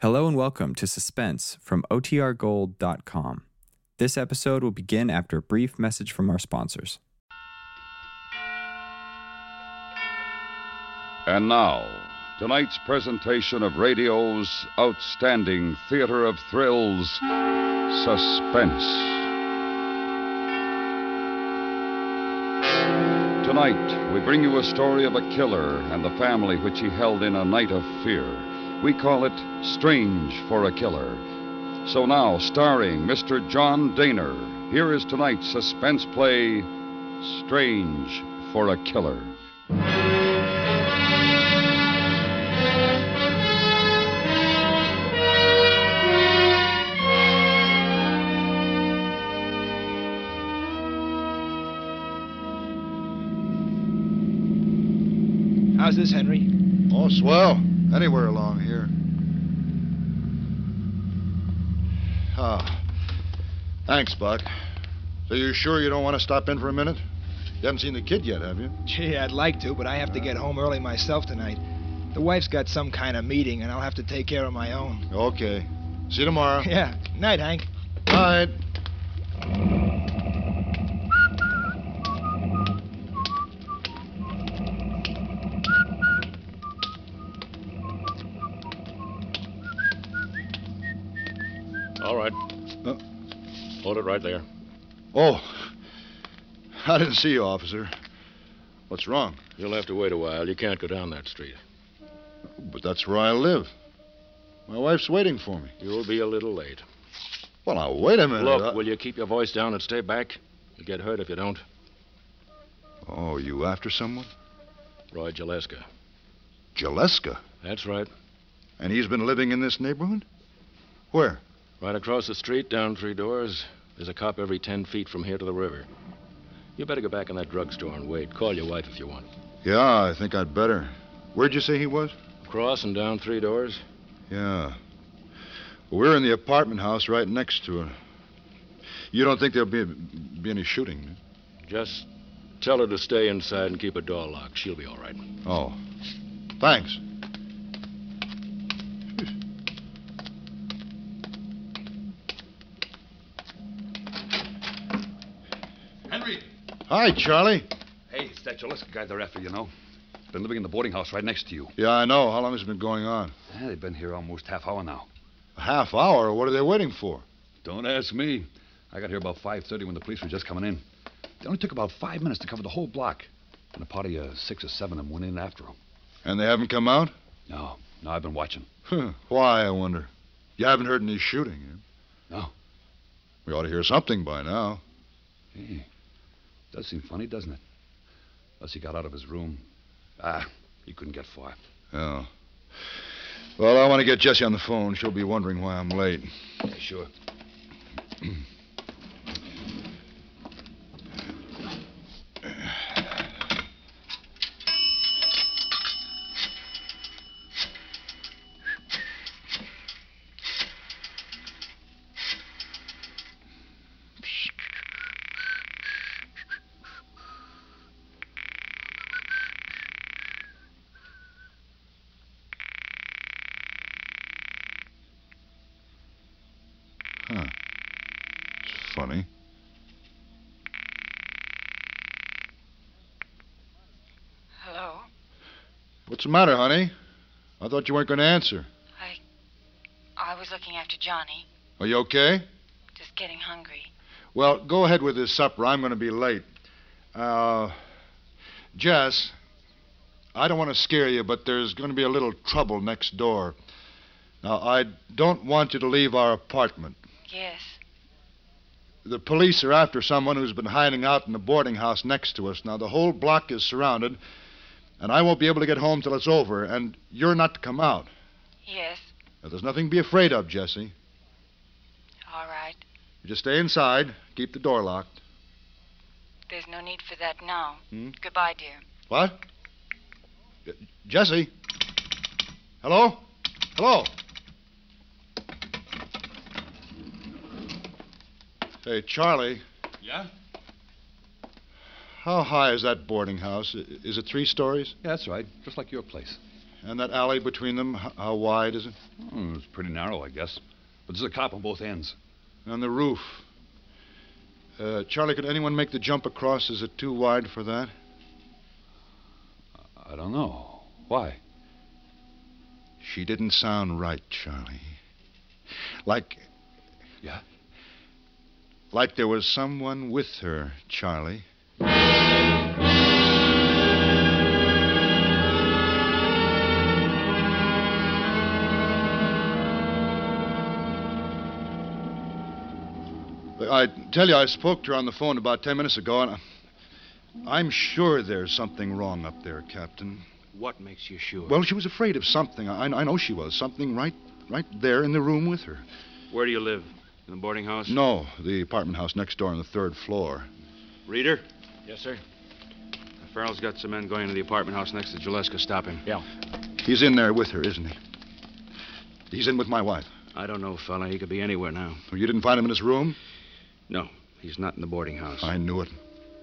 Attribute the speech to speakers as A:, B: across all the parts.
A: Hello and welcome to Suspense from OTRGold.com. This episode will begin after a brief message from our sponsors.
B: And now, tonight's presentation of radio's outstanding theater of thrills, Suspense. Tonight, we bring you a story of a killer and the family which he held in a night of fear. We call it Strange for a Killer. So now, starring Mr. John Daner, here is tonight's suspense play, Strange for a Killer.
C: How's this, Henry?
D: Oh, swell. Anywhere along here. Ah. Thanks, Buck. So you sure you don't want to stop in for a minute? You haven't seen the kid yet, have you?
C: Gee, I'd like to, but I have to get home early myself tonight. The wife's got some kind of meeting, and I'll have to take care of my own.
D: Okay. See you tomorrow.
C: Yeah. Night, Hank.
D: Night.
E: All right.
D: Uh,
E: Hold it right there.
D: Oh. I didn't see you, officer. What's wrong?
E: You'll have to wait a while. You can't go down that street.
D: But that's where I live. My wife's waiting for me.
E: You'll be a little late.
D: Well, uh, now, wait a minute.
E: Look,
D: I-
E: will you keep your voice down and stay back? You get hurt if you don't.
D: Oh, you after someone?
E: Roy Jaleska.
D: Jaleska.
E: That's right.
D: And he's been living in this neighborhood? Where?
E: Right across the street, down three doors. There's a cop every ten feet from here to the river. You better go back in that drugstore and wait. Call your wife if you want.
D: Yeah, I think I'd better. Where'd you say he was?
E: Across and down three doors.
D: Yeah. We're in the apartment house right next to it. You don't think there'll be, be any shooting?
E: Just tell her to stay inside and keep her door locked. She'll be all right.
D: Oh. Thanks.
F: Henry!
D: Hi, Charlie.
F: Hey, it's that Jaliska guy they're after, you know. Been living in the boarding house right next to you.
D: Yeah, I know. How long has it been going on?
F: Ah, they've been here almost half hour now.
D: A half hour? What are they waiting for?
F: Don't ask me. I got here about 5.30 when the police were just coming in. It only took about five minutes to cover the whole block. And a party of six or seven of them went in after them.
D: And they haven't come out?
F: No, no, I've been watching.
D: Huh, Why, I wonder. You haven't heard any shooting, eh?
F: No.
D: We ought to hear something by now.
F: Hey, does seem funny, doesn't it? Unless he got out of his room. Ah, he couldn't get far.
D: Yeah. Well, I want to get Jessie on the phone. She'll be wondering why I'm late.
F: Yeah, sure.
D: Huh. It's funny.
G: Hello?
D: What's the matter, honey? I thought you weren't going to answer.
G: I. I was looking after Johnny.
D: Are you okay?
G: Just getting hungry.
D: Well, go ahead with this supper. I'm going to be late. Uh, Jess, I don't want to scare you, but there's going to be a little trouble next door. Now, I don't want you to leave our apartment.
G: Yes.
D: The police are after someone who's been hiding out in the boarding house next to us. Now, the whole block is surrounded, and I won't be able to get home till it's over, and you're not to come out.
G: Yes.
D: Now, there's nothing to be afraid of, Jesse.
G: All right.
D: You just stay inside, keep the door locked.
G: There's no need for that now.
D: Hmm?
G: Goodbye, dear.
D: What? J- Jesse? Hello? Hello? Hey, Charlie,
F: Yeah?
D: how high is that boarding house? I- Is it three stories?
F: Yeah, that's right. Just like your place.
D: And that alley between them, h- how wide is it?
H: Hmm, it's pretty narrow, I guess. But there's a cop on both ends.
D: And the roof. Uh, Charlie, could anyone make the jump across? Is it too wide for that?
H: I don't know. Why?
D: She didn't sound right, Charlie. Like.
H: Yeah?
D: Like there was someone with her, Charlie. I tell you, I spoke to her on the phone about ten minutes ago, and I- I'm sure there's something wrong up there, Captain.
E: What makes you sure?
D: Well, she was afraid of something. I, I know she was. Something right, right there in the room with her.
E: Where do you live? In the boarding house?
D: No, the apartment house next door on the third floor.
E: Reader? Yes, sir. Farrell's got some men going to the apartment house next to Juleska. Stop him. Yeah.
D: He's in there with her, isn't he? He's in with my wife.
E: I don't know, fella. He could be anywhere now.
D: Oh, You didn't find him in his room?
E: No, he's not in the boarding house.
D: I knew it.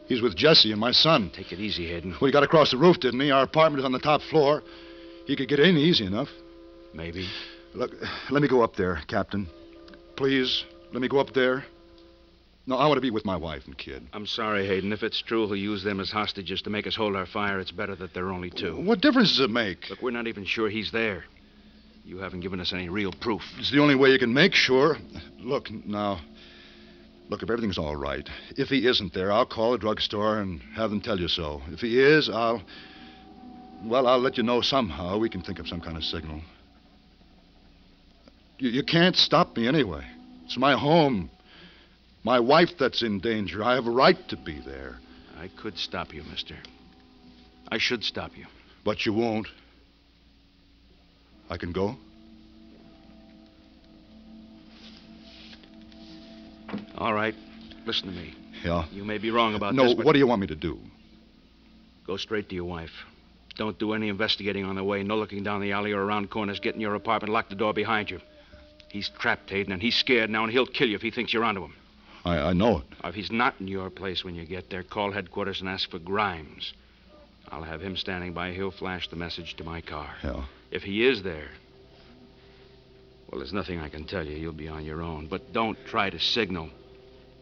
D: He's with Jesse and my son.
E: Take it easy, Hayden.
D: Well, he got across the roof, didn't he? Our apartment is on the top floor. He could get in easy enough.
E: Maybe.
D: Look, let me go up there, Captain. Please, let me go up there. No, I want to be with my wife and kid.
E: I'm sorry, Hayden. If it's true he'll use them as hostages to make us hold our fire, it's better that there are only two.
D: What difference does it make?
E: Look, we're not even sure he's there. You haven't given us any real proof.
D: It's the only way you can make sure. Look, now. Look, if everything's all right, if he isn't there, I'll call the drugstore and have them tell you so. If he is, I'll. Well, I'll let you know somehow. We can think of some kind of signal. You, you can't stop me anyway. It's my home. My wife that's in danger. I have a right to be there.
E: I could stop you, mister. I should stop you.
D: But you won't. I can go?
E: All right. Listen to me.
D: Yeah.
E: You may be wrong about
D: no,
E: this. but
D: what do you want me to do?
E: Go straight to your wife. Don't do any investigating on the way. No looking down the alley or around corners. Get in your apartment. Lock the door behind you. He's trapped, Hayden, and he's scared now, and he'll kill you if he thinks you're onto him.
D: I, I know it.
E: If he's not in your place when you get there, call headquarters and ask for Grimes. I'll have him standing by. He'll flash the message to my car.
D: Yeah.
E: If he is there, well, there's nothing I can tell you. You'll be on your own. But don't try to signal.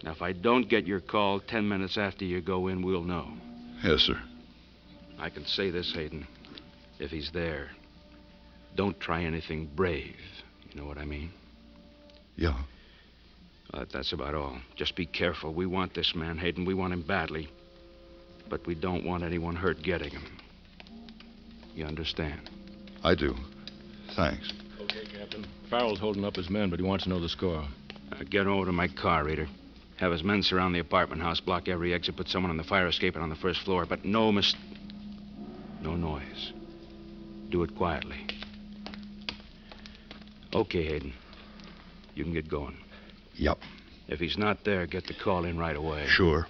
E: Now, if I don't get your call ten minutes after you go in, we'll know.
D: Yes, sir.
E: I can say this, Hayden. If he's there, don't try anything brave. You know what I mean?
D: Yeah.
E: But that's about all. Just be careful. We want this man, Hayden. We want him badly. But we don't want anyone hurt getting him. You understand?
D: I do. Thanks.
E: Okay, Captain.
H: Farrell's holding up his men, but he wants to know the score.
E: Uh, get over to my car, Reader. Have his men surround the apartment house, block every exit, put someone on the fire escape and on the first floor, but no mis. No noise. Do it quietly. Okay, Hayden. You can get going.
D: Yep.
E: If he's not there, get the call in right away.
D: Sure.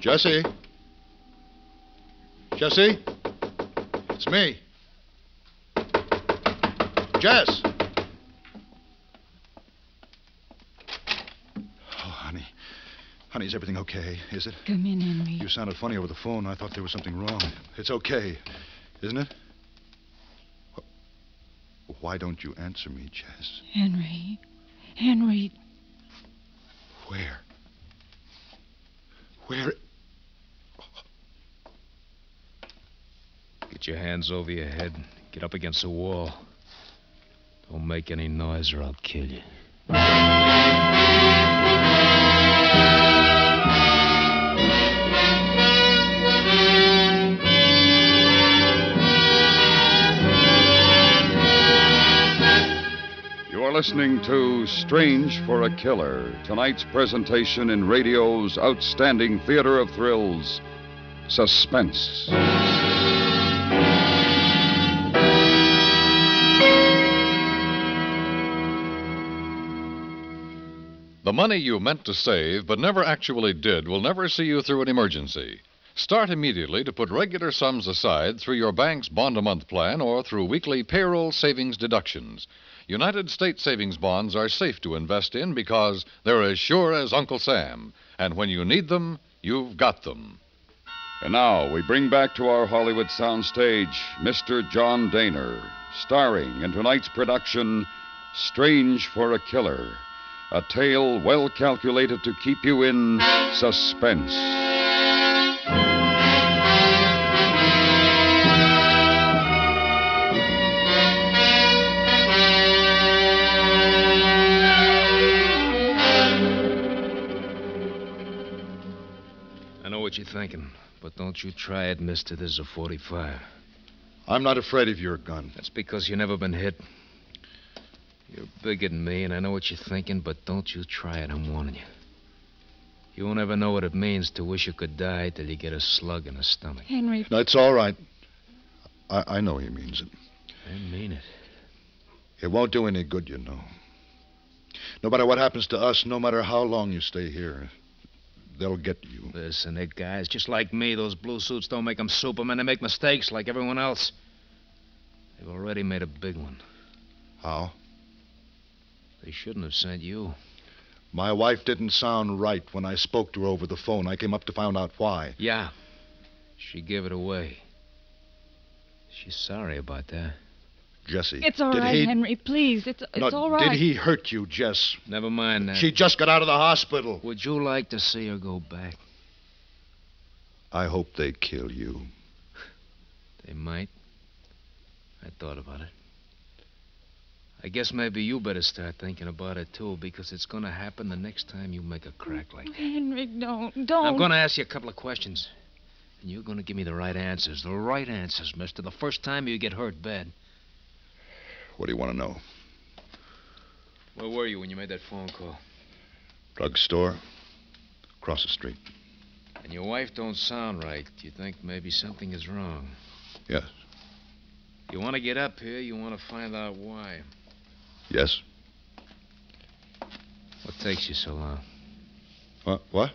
D: Jesse? Jesse? It's me. Jess! Oh, Oh, honey. Honey, is everything okay? Is it?
G: Come in, Henry.
D: You sounded funny over the phone. I thought there was something wrong. It's okay, isn't it? Wh- Why don't you answer me, Jess?
G: Henry. Henry,
D: Where? Where?
I: Get your hands over your head. Get up against the wall. Don't make any noise or I'll kill you.
B: You are listening to Strange for a Killer, tonight's presentation in radio's outstanding theater of thrills, Suspense.
I: The
J: The money you meant to save but never actually did will never see you through an emergency. Start immediately to put regular sums aside through your bank's bond a month plan or through weekly payroll savings deductions. United States savings bonds are safe to invest in because they're as sure as Uncle Sam, and when you need them, you've got them.
B: And now we bring back to our Hollywood soundstage Mr. John Daner, starring in tonight's production Strange for a Killer, a tale well calculated to keep you in suspense.
E: I know what you're thinking, but don't you try it, mister. This is a 45.
D: I'm not afraid of your gun.
E: That's because you've never been hit. You're bigger than me, and I know what you're thinking, but don't you try it. I'm warning you. You won't ever know what it means to wish you could die till you get a slug in the stomach.
K: Henry,
D: That's all right. I, I know he means it.
E: I mean it.
D: It won't do any good, you know. No matter what happens to us, no matter how long you stay here, they'll get you.
E: Listen, it guys, just like me, those blue suits don't make them supermen. They make mistakes like everyone else. They've already made a big one.
D: How?
E: They shouldn't have sent you.
D: My wife didn't sound right when I spoke to her over the phone. I came up to find out why.
E: Yeah. She gave it away. She's sorry about that.
D: Jesse.
K: it's all
D: did
K: right,
D: he...
K: Henry. Please, it's it's
D: No,
K: all right.
D: Did he hurt you, Jess?
E: Never mind that.
D: She just got out of the hospital.
E: Would you like to see her go back?
D: I hope they kill you.
E: They might. I thought about it. I guess maybe you better start thinking about it, too, because it's going to happen the next time you make a crack like that.
K: Henry, don't, don't.
E: I'm going to ask you a couple of questions. And you're going to give me the right answers. The right answers, mister. The first time you get hurt bad.
D: What do you want to know?
E: Where were you when you made that phone call?
D: Drugstore? Across the street.
E: And your wife don't sound right. You think maybe something is wrong.
D: Yes.
E: You want to get up here, you want to find out why.
D: Yes?
E: What takes you so long?
D: What? What?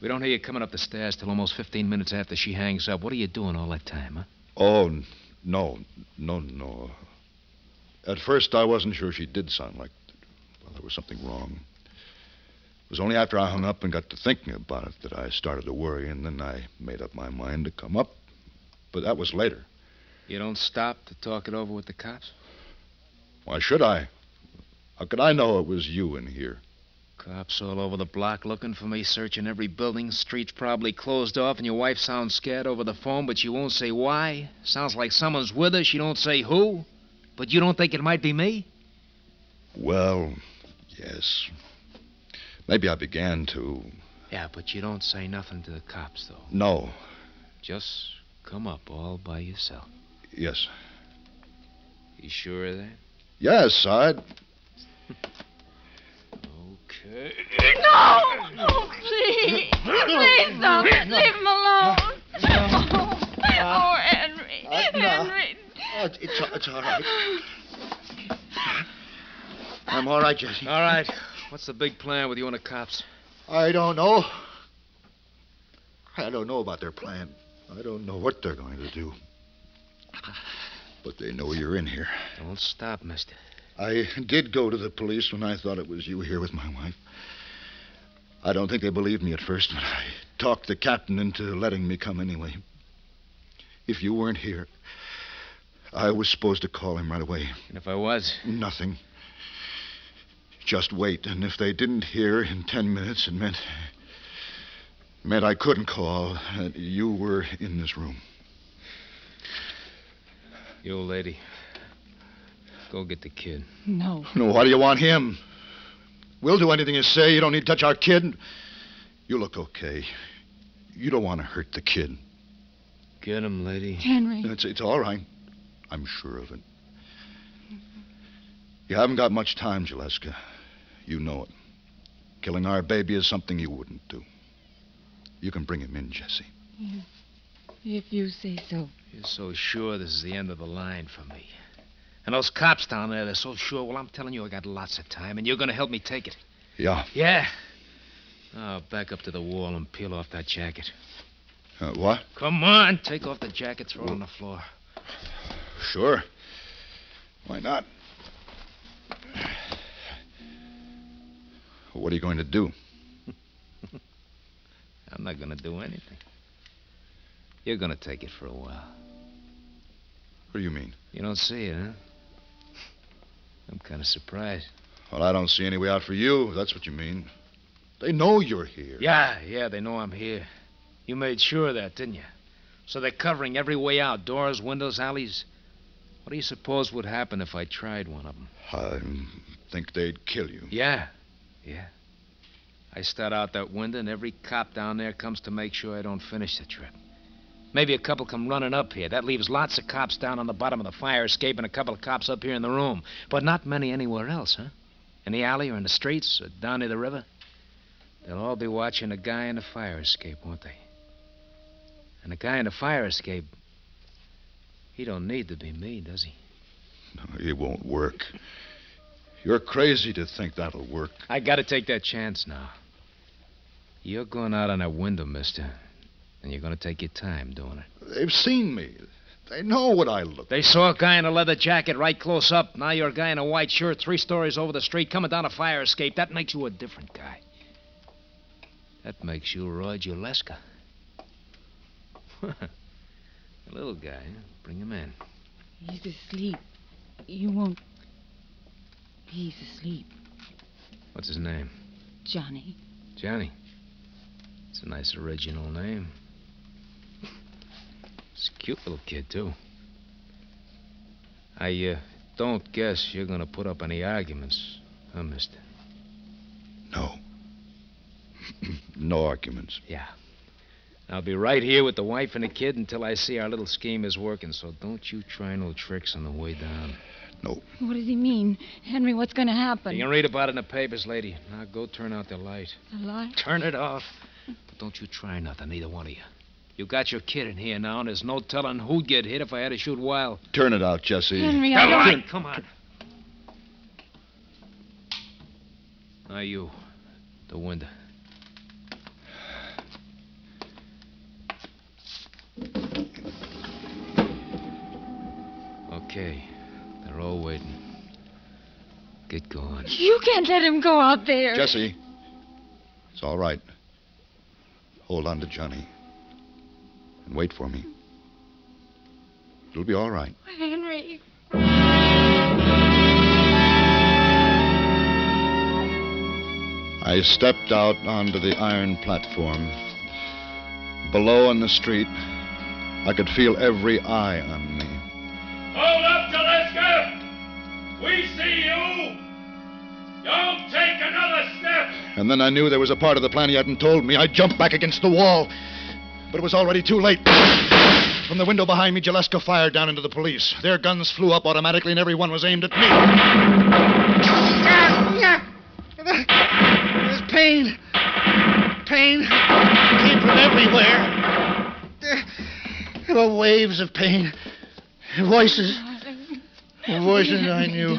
E: We don't hear you coming up the stairs till almost 15 minutes after she hangs up. What are you doing all that time, huh?
D: Oh, n- no. No, no. At first, I wasn't sure she did sound like well, there was something wrong. It was only after I hung up and got to thinking about it that I started to worry, and then I made up my mind to come up. But that was later.
E: You don't stop to talk it over with the cops?
D: Why should I? How could I know it was you in here?
E: Cops all over the block looking for me, searching every building. Streets probably closed off, and your wife sounds scared over the phone, but she won't say why. Sounds like someone's with her. She don't say who. But you don't think it might be me?
D: Well, yes. Maybe I began to.
E: Yeah, but you don't say nothing to the cops, though.
D: No.
E: Just come up all by yourself.
D: Yes.
E: You sure of that?
D: Yes, I.
E: Okay.
K: No! No, please! Please don't leave him alone! Oh, oh, Henry! Henry!
D: Oh,
C: it's, it's all right. I'm all right, Jesse.
E: All right. What's the big plan with you and the cops?
D: I don't know. I don't know about their plan. I don't know what they're going to do. But they know you're in here.
E: Don't stop, mister.
D: I did go to the police when I thought it was you here with my wife. I don't think they believed me at first, but I talked the captain into letting me come anyway. If you weren't here, I was supposed to call him right away.
E: And if I was,
D: Nothing. Just wait, and if they didn't hear in ten minutes, it meant. meant I couldn't call. and You were in this room.
E: you old lady, go get the kid.
K: No.
D: No, why do you want him? We'll do anything you say. You don't need to touch our kid. You look okay. You don't want to hurt the kid.
E: Get him, lady.
K: Henry,
D: It's, it's all right. I'm sure of it. You haven't got much time, Jaleska. You know it. Killing our baby is something you wouldn't do. You can bring him in, Jesse.
K: if you say so.
E: You're so sure this is the end of the line for me. And those cops down there, they're so sure. Well, I'm telling you, I got lots of time, and you're going to help me take it.
D: Yeah.
E: Yeah. Oh, back up to the wall and peel off that jacket.
D: Uh, what?
E: Come on, take off the jacket, throw it on the floor.
D: Sure. Why not? What are you going to do?
E: I'm not gonna do anything. You're gonna take it for a while.
D: What do you mean?
E: You don't see it, huh? I'm kind of surprised.
D: Well, I don't see any way out for you. if That's what you mean. They know you're here.
E: Yeah, yeah, they know I'm here. You made sure of that, didn't you? So they're covering every way out doors, windows, alleys. What do you suppose would happen if I tried one of them?
D: I think they'd kill you.
E: Yeah, yeah. I start out that window, and every cop down there comes to make sure I don't finish the trip. Maybe a couple come running up here. That leaves lots of cops down on the bottom of the fire escape and a couple of cops up here in the room. But not many anywhere else, huh? In the alley or in the streets or down near the river? They'll all be watching a guy in the fire escape, won't they? And the guy in the fire escape, he don't need to be me, does he?
D: It won't work. You're crazy to think that'll work.
E: I gotta take that chance now. You're going out on that window, mister. And you're gonna take your time doing it.
D: They've seen me. They know what I look.
E: They saw a guy in a leather jacket right close up. Now you're a guy in a white shirt, three stories over the street, coming down a fire escape. That makes you a different guy. That makes you Roy Juleska. a little guy. huh? Bring him in.
K: He's asleep. You won't. He's asleep,
E: What's his name?
K: Johnny.
E: Johnny. It's a nice original name. It's a cute little kid, too. I uh, don't guess you're going to put up any arguments, huh, mister?
D: No. no arguments.
E: Yeah. I'll be right here with the wife and the kid until I see our little scheme is working, so don't you try no tricks on the way down.
K: What does he mean? Henry, what's going to happen?
E: You can read about it in the papers, lady. Now go turn out the light.
K: The light?
E: Turn it off. But don't you try nothing, neither one of you. You got your kid in here now, and there's no telling who'd get hit if I had to shoot wild.
D: Turn it out, Jesse.
K: Henry, I
E: Come
K: don't-
E: on, come on. Now you, the window. Okay, they're all waiting. Get going.
K: You can't let him go out there.
D: Jesse. It's all right. Hold on to Johnny. And wait for me. It'll be all right.
K: Henry.
D: I stepped out onto the iron platform. Below on the street, I could feel every eye on me.
L: Hold up, Teleska! We see you! Don't take another step!
D: And then I knew there was a part of the plan he hadn't told me. I jumped back against the wall. But it was already too late. From the window behind me, Jaleska fired down into the police. Their guns flew up automatically, and every one was aimed at me.
L: There's pain. Pain. Pain from everywhere. There were waves of pain. Voices. Voices I knew.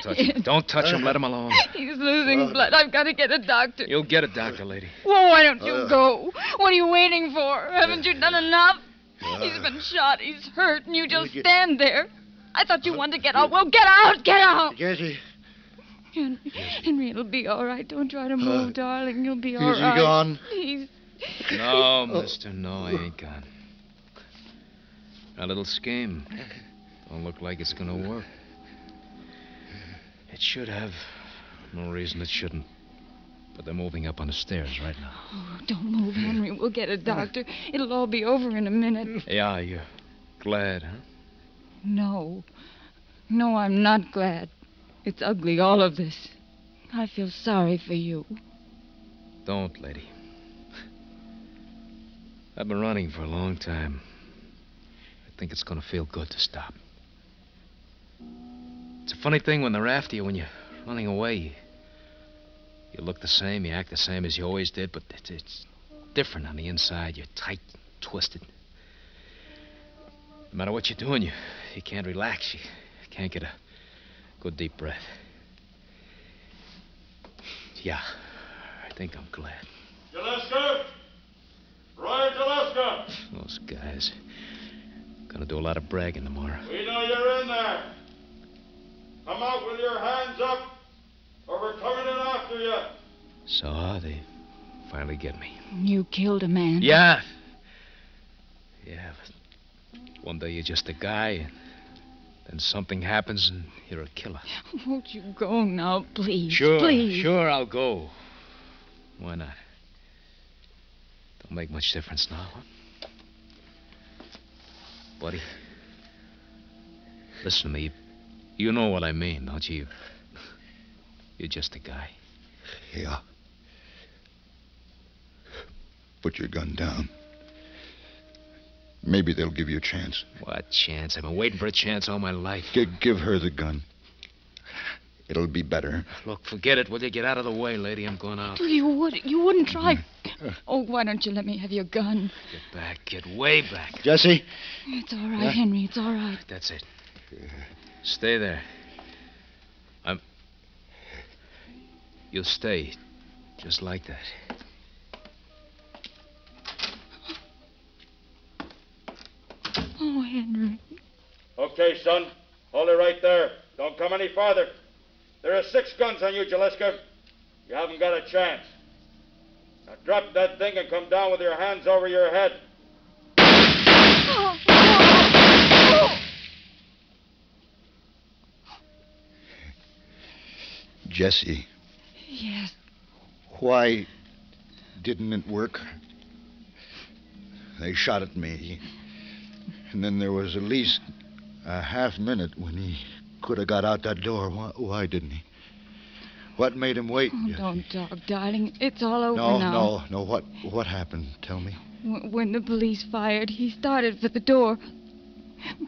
E: Don't touch him. Don't touch him. Let him alone.
K: He's losing blood. I've got to get a doctor.
E: You'll get it, doctor, lady.
K: Well, why don't you
E: Uh.
K: go? What are you waiting for? Haven't you done enough? He's been shot. He's hurt, and you just
L: you-
K: stand there. I thought you wanted to get out. Well, get out! Get out!
L: Jesse.
K: Henry, Henry, it'll be all right. Don't try to
E: Uh,
K: move, darling. You'll be
L: is
K: all right.
L: he gone?
K: He's
E: No, mister, no, I ain't gone. A little scheme. Don't look like it's gonna work. It should have. No reason it shouldn't. But they're moving up on the stairs right now.
K: Oh, don't move, Henry. We'll get a doctor. It'll all be over in a minute.
E: Yeah, you're glad, huh?
K: No. No, I'm not glad. It's ugly, all of this. I feel sorry for you.
E: Don't, lady. I've been running for a long time. I think it's gonna feel good to stop. It's a funny thing when they're after you, when you're running away. You look the same, you act the same as you always did, but it's, it's different on the inside. You're tight, twisted. No matter what you're doing, you, you can't relax. You can't get a good deep breath. Yeah, I think I'm glad.
M: Gillespie! Roy Gillespie!
E: Those guys. Gonna do a lot of bragging tomorrow.
M: We know you're in there. Come out with your hands up, or we're coming in after you.
E: So uh, they finally get me.
K: You killed a man.
E: Yeah. Yeah. but One day you're just a guy, and then something happens, and you're a killer.
K: Won't you go now, please?
E: Sure,
K: Please.
E: sure, I'll go. Why not? Don't make much difference now. Buddy, listen to me. You know what I mean, don't you? You're just a guy.
F: Yeah. Put your gun down.
D: Maybe they'll give you a chance.
E: What chance? I've been waiting for a chance all my life.
D: G- give her the gun. It'll be better.
E: Look, forget it, will you? Get out of the way, lady. I'm going out.
K: You would. You wouldn't try.
E: Uh.
K: Oh, why don't you let me have your gun?
E: Get back. Get way back.
L: Jesse?
K: It's all
E: Yeah.
K: right, Henry. It's all right.
E: That's it. Stay there. I'm. You'll stay. Just like that.
K: Oh, Henry.
M: Okay, son. Hold it right there. Don't come any farther. There are six guns on you, Gillespie. You haven't got a chance. Now drop that thing and come down with your hands over your head.
D: Jesse,
K: Yes.
D: why didn't it work? They shot at me. And then there was at least a half minute when he could have got out that door. Why, why didn't he? What made him wait?
K: Oh, don't talk, darling. It's all over
D: no,
K: now.
D: no, no. What what happened? Tell me.
K: W- When the police fired, he started for the door.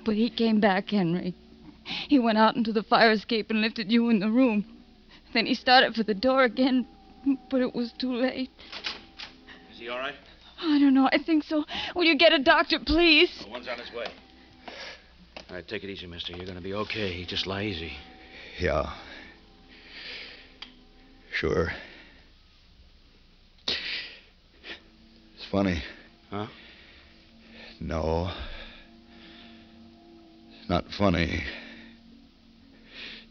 K: But he came back, Henry. He went out into the fire escape and lifted you in the room. Then he started for the door again, but it was too late.
N: Is he all right?
K: I don't know. I think so. Will you get a doctor, please?
N: The one's on his way. All right, take it easy, mister. You're gonna be okay. Just lie easy.
D: Yeah. Sure. It's funny.
N: Huh?
D: No. It's not funny.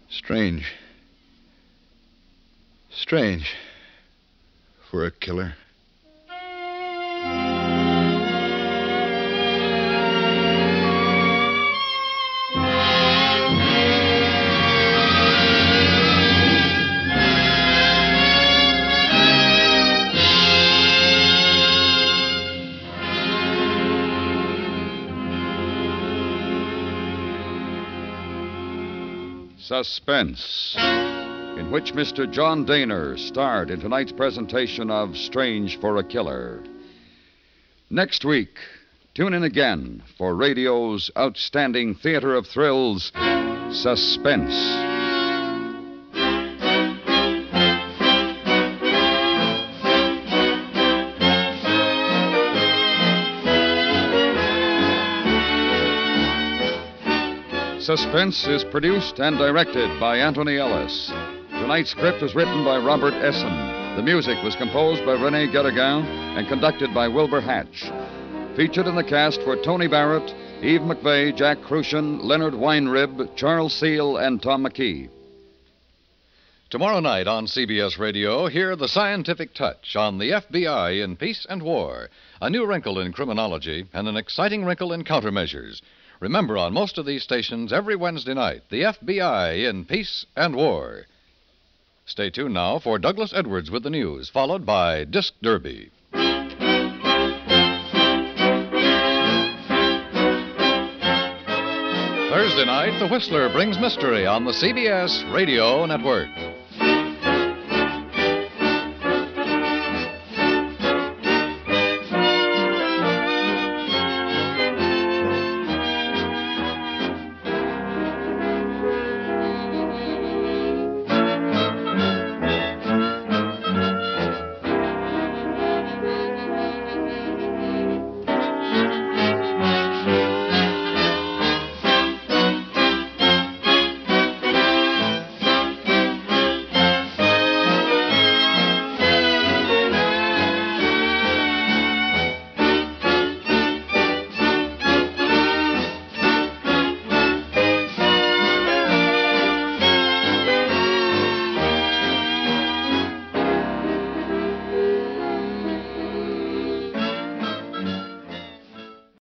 D: Strange. Strange. For a killer.
B: Suspense, in which Mr. John Daner starred in tonight's presentation of Strange for a Killer. Next week, tune in again for radio's outstanding theater of thrills, Suspense. Suspense is produced and directed by Anthony Ellis. Tonight's script was written by Robert Essen. The music was composed by Rene Gettergown and conducted by Wilbur Hatch. Featured in the cast were Tony Barrett, Eve McVeigh, Jack Crucian, Leonard Weinrib, Charles Seal, and Tom McKee.
J: Tomorrow night on CBS Radio, hear The Scientific Touch on the FBI in Peace and War, a new wrinkle in criminology and an exciting wrinkle in countermeasures. Remember, on most of these stations every Wednesday night, The FBI in Peace and War. Stay tuned now for Douglas Edwards with the news, followed by Disc Derby. Thursday night, The Whistler brings mystery on the CBS Radio Network.